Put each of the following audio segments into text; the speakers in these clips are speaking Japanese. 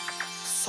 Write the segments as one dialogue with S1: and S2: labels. S1: 想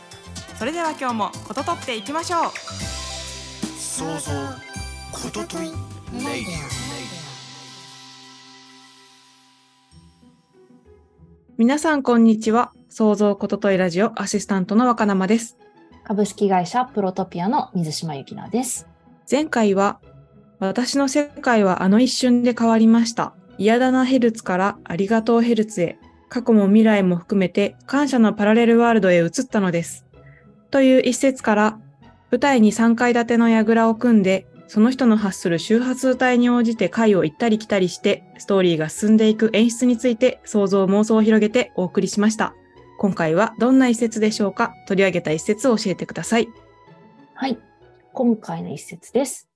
S2: それでは今日もこととっていきましょう
S1: 想像ことといレイディ
S2: 皆さんこんにちは創造ことといラジオアシスタントの若生です
S3: 株式会社プロトピアの水島由紀奈です
S2: 前回は私の世界はあの一瞬で変わりました。嫌だなヘルツからありがとうヘルツへ、過去も未来も含めて感謝のパラレルワールドへ移ったのです。という一節から、舞台に3階建ての櫓を組んで、その人の発する周波数帯に応じて回を行ったり来たりして、ストーリーが進んでいく演出について想像妄想を広げてお送りしました。今回はどんな一節でしょうか取り上げた一節を教えてください。
S3: はい今回の一節です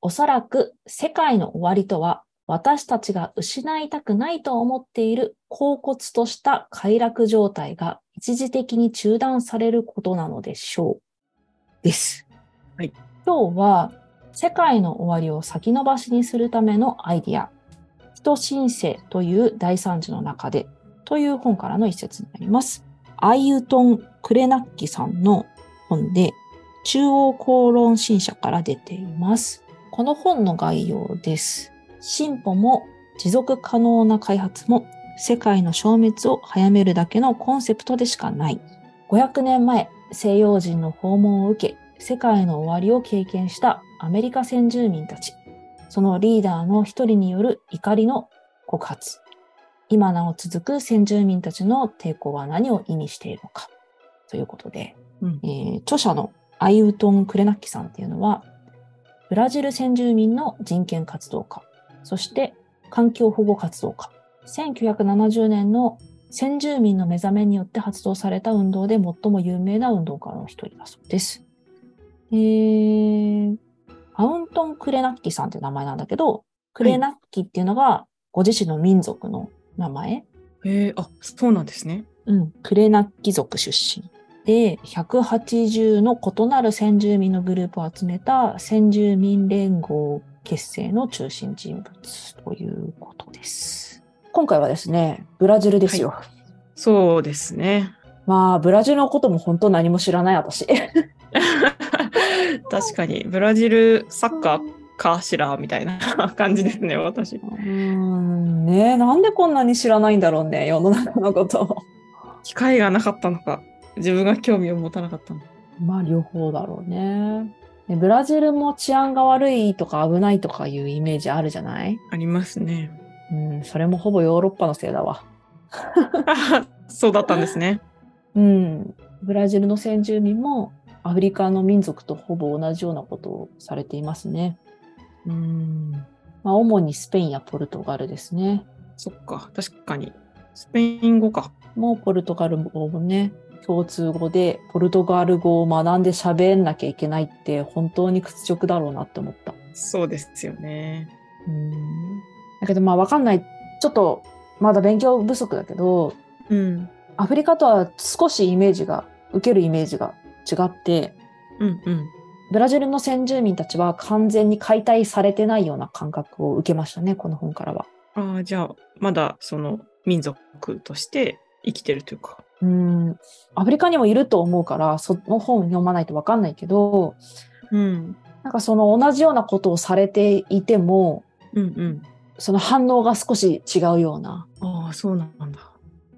S3: おそらく世界の終わりとは私たちが失いたくないと思っている恍惚とした快楽状態が一時的に中断されることなのでしょうです、
S2: はい、
S3: 今日は世界の終わりを先延ばしにするためのアイディア人申請という第三次の中でという本からの一節になります。アイユトン・クレナッキさんの本で、中央公論新社から出ています。この本の概要です。進歩も持続可能な開発も世界の消滅を早めるだけのコンセプトでしかない。500年前、西洋人の訪問を受け、世界の終わりを経験したアメリカ先住民たち。そのリーダーの一人による怒りの告発。今なお続く先住民たちの抵抗は何を意味しているのかということで、
S2: うん
S3: えー著者のアイウトン・クレナッキさんっていうのはブラジル先住民の人権活動家そして環境保護活動家1970年の先住民の目覚めによって発動された運動で最も有名な運動家の一人だそうです。えー、アウントン・クレナッキさんっていう名前なんだけど、クレナッキっていうのがご自身の民族の名前、
S2: へえあそうなんですね。
S3: うん、クレナッキ族出身で180の異なる先住民のグループを集めた先住民連合結成の中心人物ということです。今回はですね、ブラジルですよ。
S2: そうですね。
S3: まあ、ブラジルのことも本当何も知らない私。
S2: 確かにブラジルサッカーかしらみたいな感じですね私。
S3: うーん、ねえなんでこんなに知らないんだろうね、世の中のことを。
S2: 機会がなかったのか自分が興味を持たなかったのか。
S3: まあ両方だろうね。でブラジルも治安が悪いとか危ないとかいうイメージあるじゃない
S2: ありますね。
S3: うん、それもほぼヨーロッパのせいだわ。
S2: あそうだったんですね。
S3: うん、ブラジルの先住民もアフリカの民族とほぼ同じようなことをされていますね。
S2: うん
S3: まあ主にスペインやポルトガルですね。
S2: そっか確かにスペイン語か。
S3: もうポルトガル語もね、共通語でポルトガル語を学んで喋んなきゃいけないって本当に屈辱だろうなって思った。
S2: そうですよね。
S3: うんだけどまあわかんないちょっとまだ勉強不足だけど
S2: うん
S3: アフリカとは少しイメージが受けるイメージが違って
S2: うんうん。
S3: ブラジルの先住民たちは完全に解体されてないような感覚を受けましたねこの本からは。
S2: ああじゃあまだその民族として生きてるというか。
S3: うんアフリカにもいると思うからその本読まないとわかんないけど
S2: うん
S3: なんかその同じようなことをされていても
S2: うんうん。
S3: その反応が少し違うような、
S2: ああそうなんだ。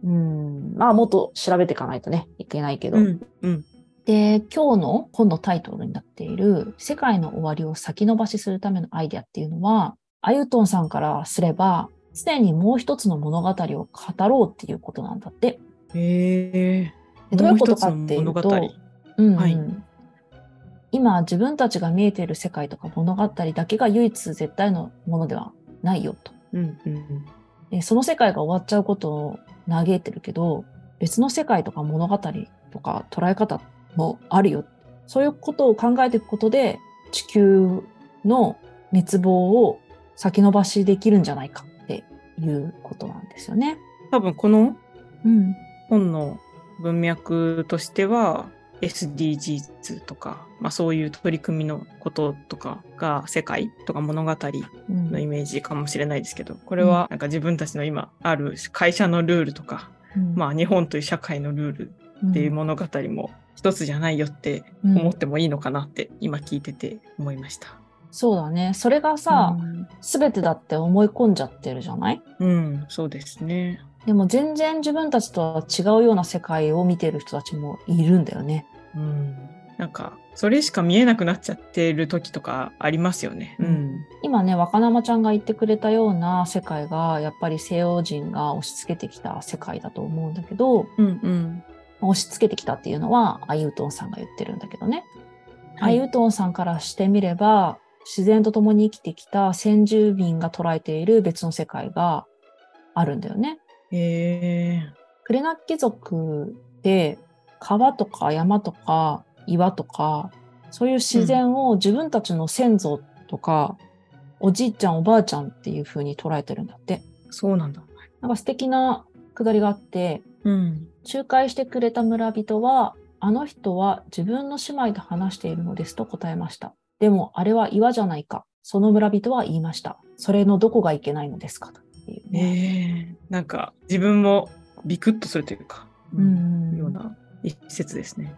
S3: うん、まあもっと調べていかないとねいけないけど、
S2: うんうん。
S3: で、今日の本のタイトルになっている、世界の終わりを先延ばしするためのアイデアっていうのは、アユトンさんからすれば、常にもう一つの物語を語ろうっていうことなんだって。
S2: へえ。
S3: でどういうことかっていう
S2: もう一
S3: と
S2: つの物語、
S3: うんうん
S2: はい
S3: 今自分たちが見えている世界とか物語だけが唯一絶対のものではないよと。
S2: うんうん
S3: でその世界が終わっちゃうことを嘆いてるけど別の世界とか物語とか捉え方もあるよそういうことを考えていくことで地球の滅亡を先延ばしできるんじゃないかっていうことなんですよね。
S2: 多分この
S3: うん、
S2: 本の文脈としては SDGs とか、まあ、そういう取り組みのこととかが世界とか物語
S3: うん
S2: のイメージかもしれないですけどこれはなんか自分たちの今ある会社のルールとか、まあ、日本という社会のルール
S3: っ
S2: っていう物語も一つじゃないよって思ってもいいのかなって今聞いてて思いました。
S3: そうだねそれがさ、全てだって思い込んじゃってるじゃない
S2: うん、うん、そうですね。
S3: でも全然自分たちとは違うような世界を見てる人たちもいるんだよね。
S2: うん、なんかそれしか見えなくなっちゃってる時とかありますよね。うん、
S3: 今ね若生ちゃんが言ってくれたような世界がやっぱり西洋人が押し付けてきた世界だと思うんだけど
S2: うん、うん、
S3: 押し付けてきたっていうのはアイウトンさんが言ってるんだけどね、
S2: は
S3: ア
S2: い
S3: イウトンさんからしてみれば自然と共に生きてきた先住民が捉えている別の世界があるんだよね。
S2: へえ
S3: クレナッケ族で川とか山とか岩とかそういう自然を自分たちの先祖とか、おじいちゃんおばあちゃんっていう風に捉えてるんだって
S2: そうなんだ。
S3: なんか素敵なくだりがあって
S2: うん、
S3: 仲介してくれた村人はあの人は自分の姉妹と話しているのですと答えましたでもあれは岩じゃないかその村人は言いましたそれのどこがいけないのですかっていうね、
S2: ええなんか自分もビクッとするというか、
S3: う
S2: うん
S3: ん
S2: ような一節ですね。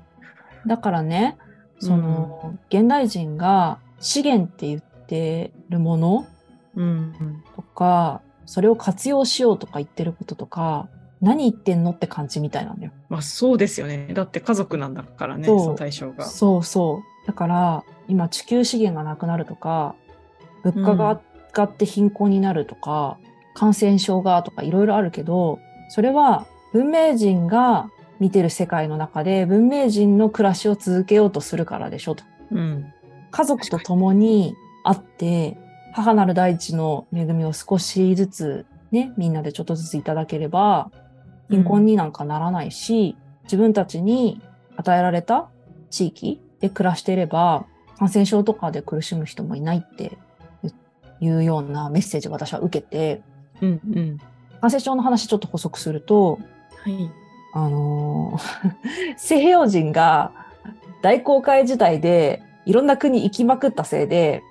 S3: だからね、その、現代人が資源って言ってるもの
S2: うん、
S3: とか、それを活用しようとか言ってることとか、何言ってんのって感じみたいなんだよ。
S2: まあそうですよね。だって家族なんだからね、
S3: そう
S2: その対象が。
S3: そうそう。だから、今地球資源がなくなるとか、物価
S2: うん
S3: が上がって貧困になるとか、感染症がとかいろいろあるけど、それは文明人が見てる世界の中で文明人の暮らしを続けようとするからでしょと。
S2: うん、
S3: 家族と共に会って母なる大地の恵みを少しずつねみんなでちょっとずついただければ貧困になんかならないし、自分たちに与えられた地域で暮らしていれば感染症とかで苦しむ人もいないっていうようなメッセージを私は受けて
S2: うん、うん、
S3: 感染症の話ちょっと補足すると
S2: はい。
S3: あのー 西洋人が大航海時代でいろんな国行きまくったせいで、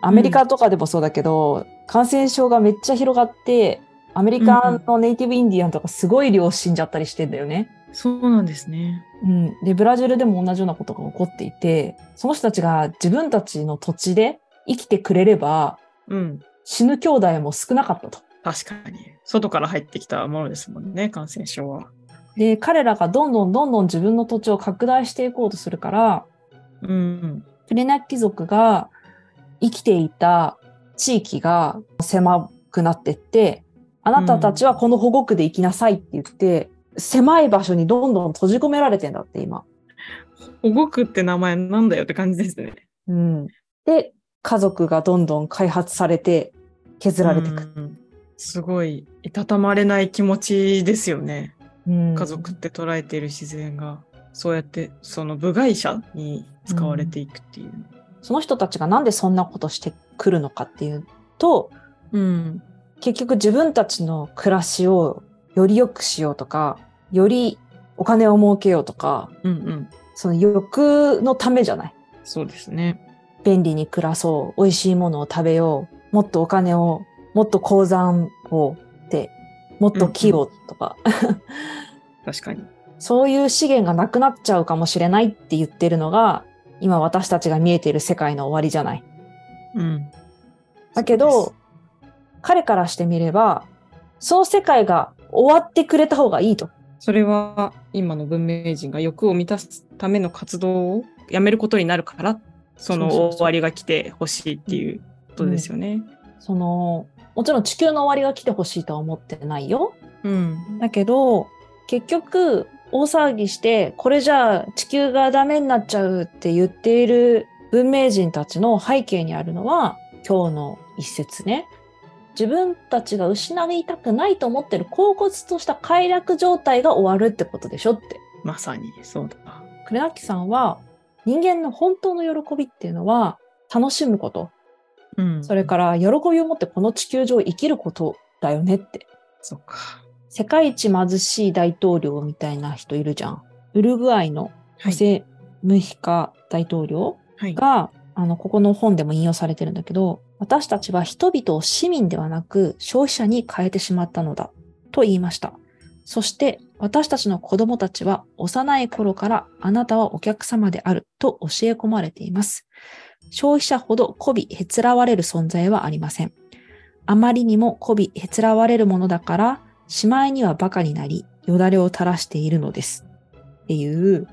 S3: アメリカとかでもそうだけど、感染症がめっちゃ広がって、アメリカのネイティブインディアンとかすごい量死んじゃったりしてんだよね。
S2: そうなんですね。
S3: うん。で、ブラジルでも同じようなことが起こっていて、その人たちが自分たちの土地で生きてくれれば、
S2: うん、
S3: 死ぬ兄弟も少なかったと。
S2: 確かに。外から入ってきたものですもんね、感染症は。
S3: で、彼らがどんどんどんどん自分の土地を拡大していこうとするから、
S2: うん、
S3: プレナッキ族が生きていた地域が狭くなってって、あなたたちはこの保護区で生きなさいって言って、狭い場所にどんどん閉じ込められてんだって今。
S2: 保護区って名前なんだよって感じですね。
S3: うん、で、家族がどんどん開発されて、削られていく。
S2: うんすごい、いたたまれない気持ちですよね。
S3: うん
S2: 家族って捉えている自然がそうやってその部外者に使われていくっていう。
S3: その人たちがなんでそんなことしてくるのかっていうと、
S2: うん、
S3: 結局自分たちの暮らしをより良くしようとか、よりお金を儲けようとか、
S2: うん、うん、
S3: その欲のためじゃない。
S2: そうですね。
S3: 便利に暮らそう、美味しいものを食べよう、もっとお金を、もっと鉱山をって、もっと木をとか、
S2: 確かに。
S3: そういう資源がなくなっちゃうかもしれないって言ってるのが、今私たちが見えている世界の終わりじゃない。
S2: うん。
S3: だけ
S2: そう
S3: ど
S2: で、
S3: 彼からしてみれば、その世界が終わってくれた方がいいと。
S2: すそれは今の文明人が欲を満たすための活動をやめることになるからその
S3: そうそうそう
S2: 終わりが来てほしいっていうことですよね。
S3: その、もちろん地球の終わりが来てほしいとは思ってないよ。
S2: うん、
S3: だけど結局大騒ぎしてこれじゃあ地球がダメになっちゃうって言っている文明人たちの背景にあるのは今日の一節ね自分たちが失いたくないと思ってる恍惚とした快楽状態が終わるってことでしょって
S2: まさにそうだ。
S3: クレナッキさんは人間の本当の喜びっていうのは楽しむこと
S2: うん。
S3: それから喜びを持ってこの地球上を生きることだよねって
S2: そっか。
S3: 世界一貧しい大統領みたいな人いるじゃんウルグアイの
S2: は
S3: ホ
S2: い。
S3: セ・ムヒカ大統領
S2: はい。
S3: が、あのここの本でも引用されてるんだけど私たちは人々を市民ではなく消費者に変えてしまったのだと言いましたそして私たちの子供たちは幼い頃からあなたはお客様であると教え込まれています消費者ほど媚びへつらわれる存在はありませんあまりにも媚びへつらわれるものだからしまいにはバカになりよだれを垂らしているのですっていう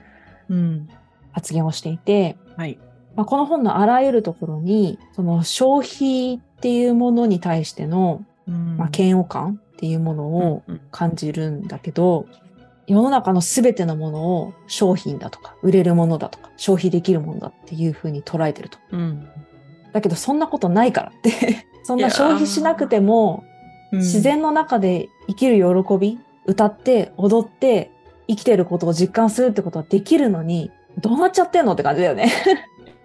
S2: うん。
S3: 発言をしていて
S2: はい。
S3: まあ、この本のあらゆるところにその消費っていうものに対しての、
S2: うん
S3: まあ、嫌悪感っていうものを
S2: うん
S3: 感じるんだけど、世の中の全てのものを商品だとか売れるものだとか消費できるものだっていうふうに捉えてると。
S2: うん。
S3: だけどそんなことないからって そんな消費しなくても
S2: うん
S3: 自。然の中で生きる喜び歌って踊って生きてることを実感するってことはできるのにどうなっちゃってんのって感じだよね。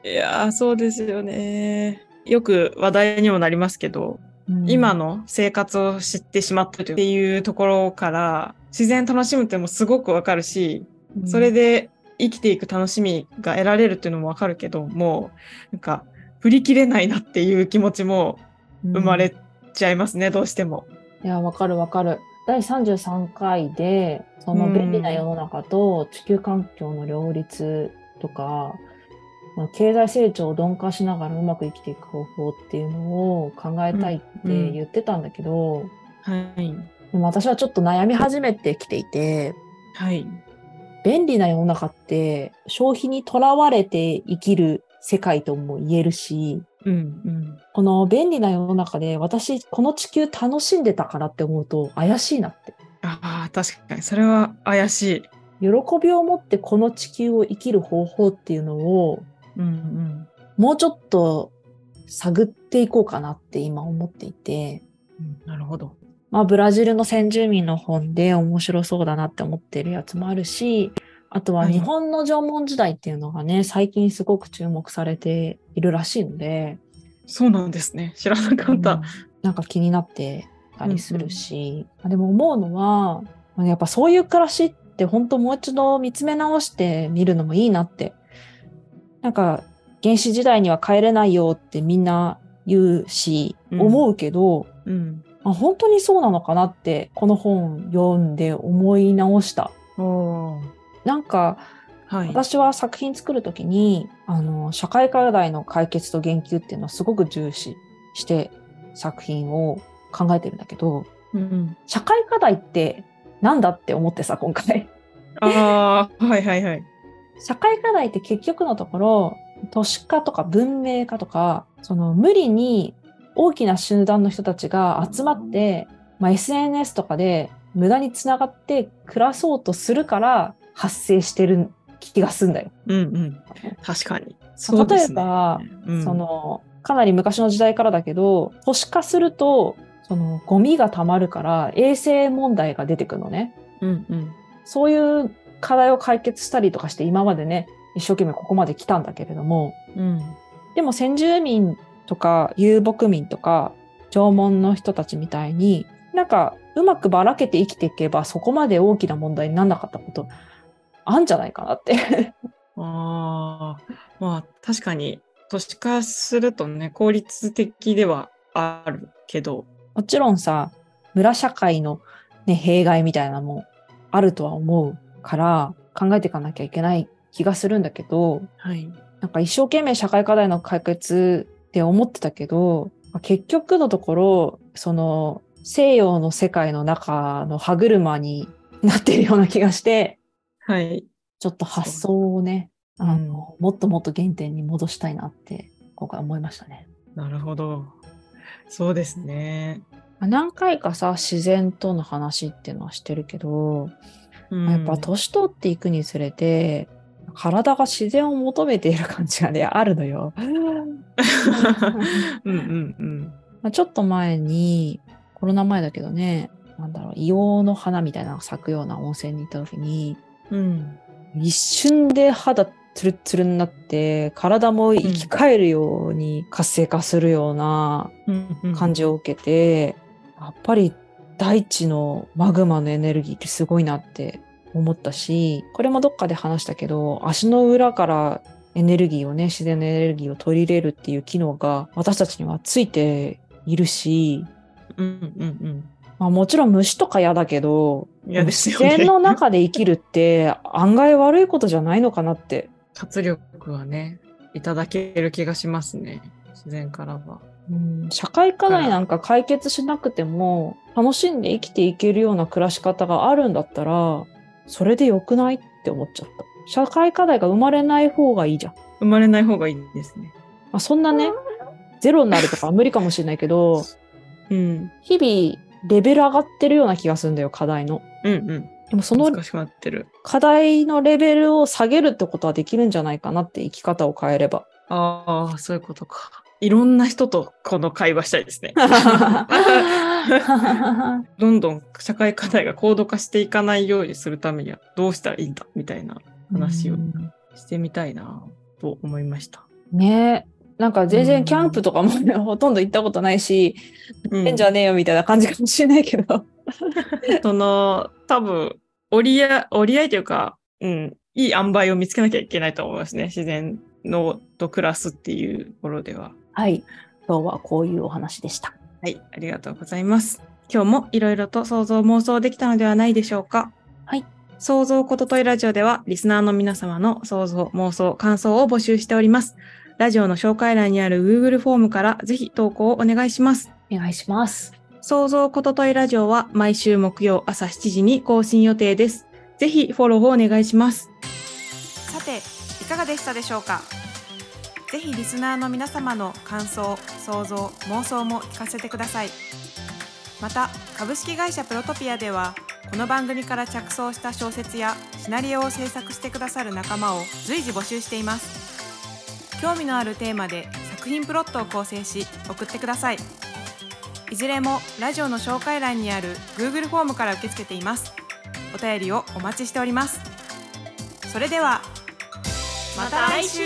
S2: いやー、そうですよね。よく話題にもなりますけど、今の生活を知ってしまったというっていうところから自然楽しむっていうのもすごくわかるし、
S3: うん、
S2: それで生きていく楽しみが得られるっていうのもわかるけどもうなんか振り切れないなっていう気持ちも生まれちゃいますね、どうしても。
S3: いや、わかるわかる。第33回で、その
S2: うん
S3: 便利な世の中と地球環境の両立とか、まあ経済成長を鈍化しながらうまく生きていく方法っていうのを考えたいって
S2: うんうん
S3: 言ってたんだけど、
S2: はい、
S3: でも私はちょっと悩み始めてきていて、
S2: はい、
S3: 便利な世の中って消費にとらわれて生きる世界とも言えるし、
S2: うんうん
S3: この便利な世の中で私この地球楽しんでたからって思うと怪しいなって。
S2: ああ確かにそれは怪しい。
S3: 喜びを持ってこの地球を生きる方法っていうのを
S2: うん
S3: もうちょっと探っていこうかなって今思っていて、
S2: うん、なるほど。
S3: まあ、ブラジルの先住民の本で面白そうだなって思ってるやつもあるしあとは
S2: はい
S3: 日本の縄文時代っていうのがね最近すごく注目されているらしいので、
S2: そうなんですね知らなかっ
S3: うん
S2: た。
S3: なんか気になってたりするし、まあでも思うのはまあやっぱそういう暮らしって本当もう一度見つめ直してみるのもいいなってなんか原始時代には帰れないよってみんな言うし、
S2: うん
S3: 思うけど、
S2: うん
S3: まあ、本当にそうなのかなってこの本読んで思い直した。
S2: おー
S3: なんか
S2: はい、
S3: 私は作品作る時にあの社会課題の解決と言及っていうのをすごく重視して作品を考えてるんだけど
S2: うん、
S3: 社会課題ってなんだって思ってさ今回
S2: ああはいはいはい。
S3: 社会課題って結局のところ都市化とか文明化とかその無理に大きな集団の人たちが集まって、まあ、SNS とかで無駄につながって暮らそうとするから発生してる気がすんだよ。
S2: うんうん、確かに。
S3: 例えば、
S2: うん
S3: そのかなり昔の時代からだけど都市化するとそのゴミがたまるから衛生問題が出てくるのね
S2: うんうん
S3: そういう課題を解決したりとかして今までね一生懸命ここまで来たんだけれども
S2: うん
S3: でも先住民とか遊牧民とか縄文の人たちみたいになんかうまくばらけて生きていけばそこまで大きな問題にならなかったことあんじゃないかなって。
S2: ああ、まあ確かに都市化するとね、効率的ではあるけど、
S3: もちろんさ、村社会の、ね、弊害みたいなのもあるとは思うから考えていかなきゃいけない気がするんだけど、
S2: はい。
S3: なんか一生懸命社会課題の解決って思ってたけど、まあ結局のところ、その西洋の世界の中の歯車になってるような気がして、
S2: はい。
S3: ちょっと発想をね、
S2: う
S3: あのもっともっと原点に戻したいなって今回思いましたね。
S2: なるほど。そうですね。
S3: まあ何回かさ、自然との話っていうのはしてるけど、
S2: うん
S3: やっぱ年取っていくにつれて、体が自然を求めている感じがね、あるのよ。
S2: うんうんうん。
S3: まあちょっと前に、コロナ前だけどね、なんだろう、硫黄の花みたいなのが咲くような温泉に行った時に、
S2: うん。
S3: 一瞬で肌ツルッツルになって体も生き返るように活性化するような感じを受けて、やっぱり大地のマグマのエネルギーってすごいなって思ったしこれもどっかで話したけど足の裏からエネルギーをね自然のエネルギーを取り入れるっていう機能が私たちにはついているし、
S2: うんうん
S3: まあ、もちろん虫とか嫌だけど
S2: うん。いやですよ
S3: 自然
S2: ね。
S3: の中で生きるって案外悪いことじゃないのかなって
S2: 活力はね、いただける気がしますね。自然からは。
S3: うん社会課題なんか解決しなくても楽しんで生きていけるような暮らし方があるんだったらそれで良くないって思っちゃった社会課題が生まれない方がいいじゃん、ま
S2: 生まれない方がいいですね。
S3: あ、そんなねゼロになるとかは無理かもしれないけど
S2: うん。
S3: 日々レベル上がってるような気がするんだよ課題の
S2: うんうん。
S3: でもその
S2: 難しくなってる。
S3: 課題のレベルを下げるってことはできるんじゃないかなって生き方を変えれば
S2: ああ、そういうことか。いろんな人とこの会話したい ですね。どんどん社会課題が高度化していかないようにするためにはどうしたらいいんだみたいな 話を
S3: うん
S2: してみたいなと思いました。
S3: ねなんか全
S2: う
S3: 然
S2: ん
S3: キャンプとかもね、 ほとんど行ったことないし、
S2: う
S3: 変じゃねえよみたいな感じかもしれないけど。
S2: その多分折り合い折り合いというか、うん、いい塩梅を見つけなきゃいけないと思いますね自然のと暮らすっていうところでは。
S3: はい。今日はこういうお話でした。
S2: はいありがとうございます。今日もいろいろと想像妄想できたのではないでしょうか。
S3: はい。
S2: 想像ことといラジオではリスナーの皆様の想像妄想感想を募集しております。ラジオの紹介欄にある Google フォームからぜひ投稿をお願いします。
S3: お願いします。
S2: 創造ことといラジオは毎週木曜朝7時に更新予定です。ぜひフォローをお願いします。さて、いかがでしたでしょうかぜひリスナーの皆様の感想、想像、妄想も聞かせてください。また、株式会社プロトピアでは、この番組から着想した小説やシナリオを制作してくださる仲間を随時募集しています。興味のあるテーマで作品プロットを構成し送ってください。いずれもラジオの紹介欄にある Google フォームから受け付けています。お便りをお待ちしております。それでは、また来週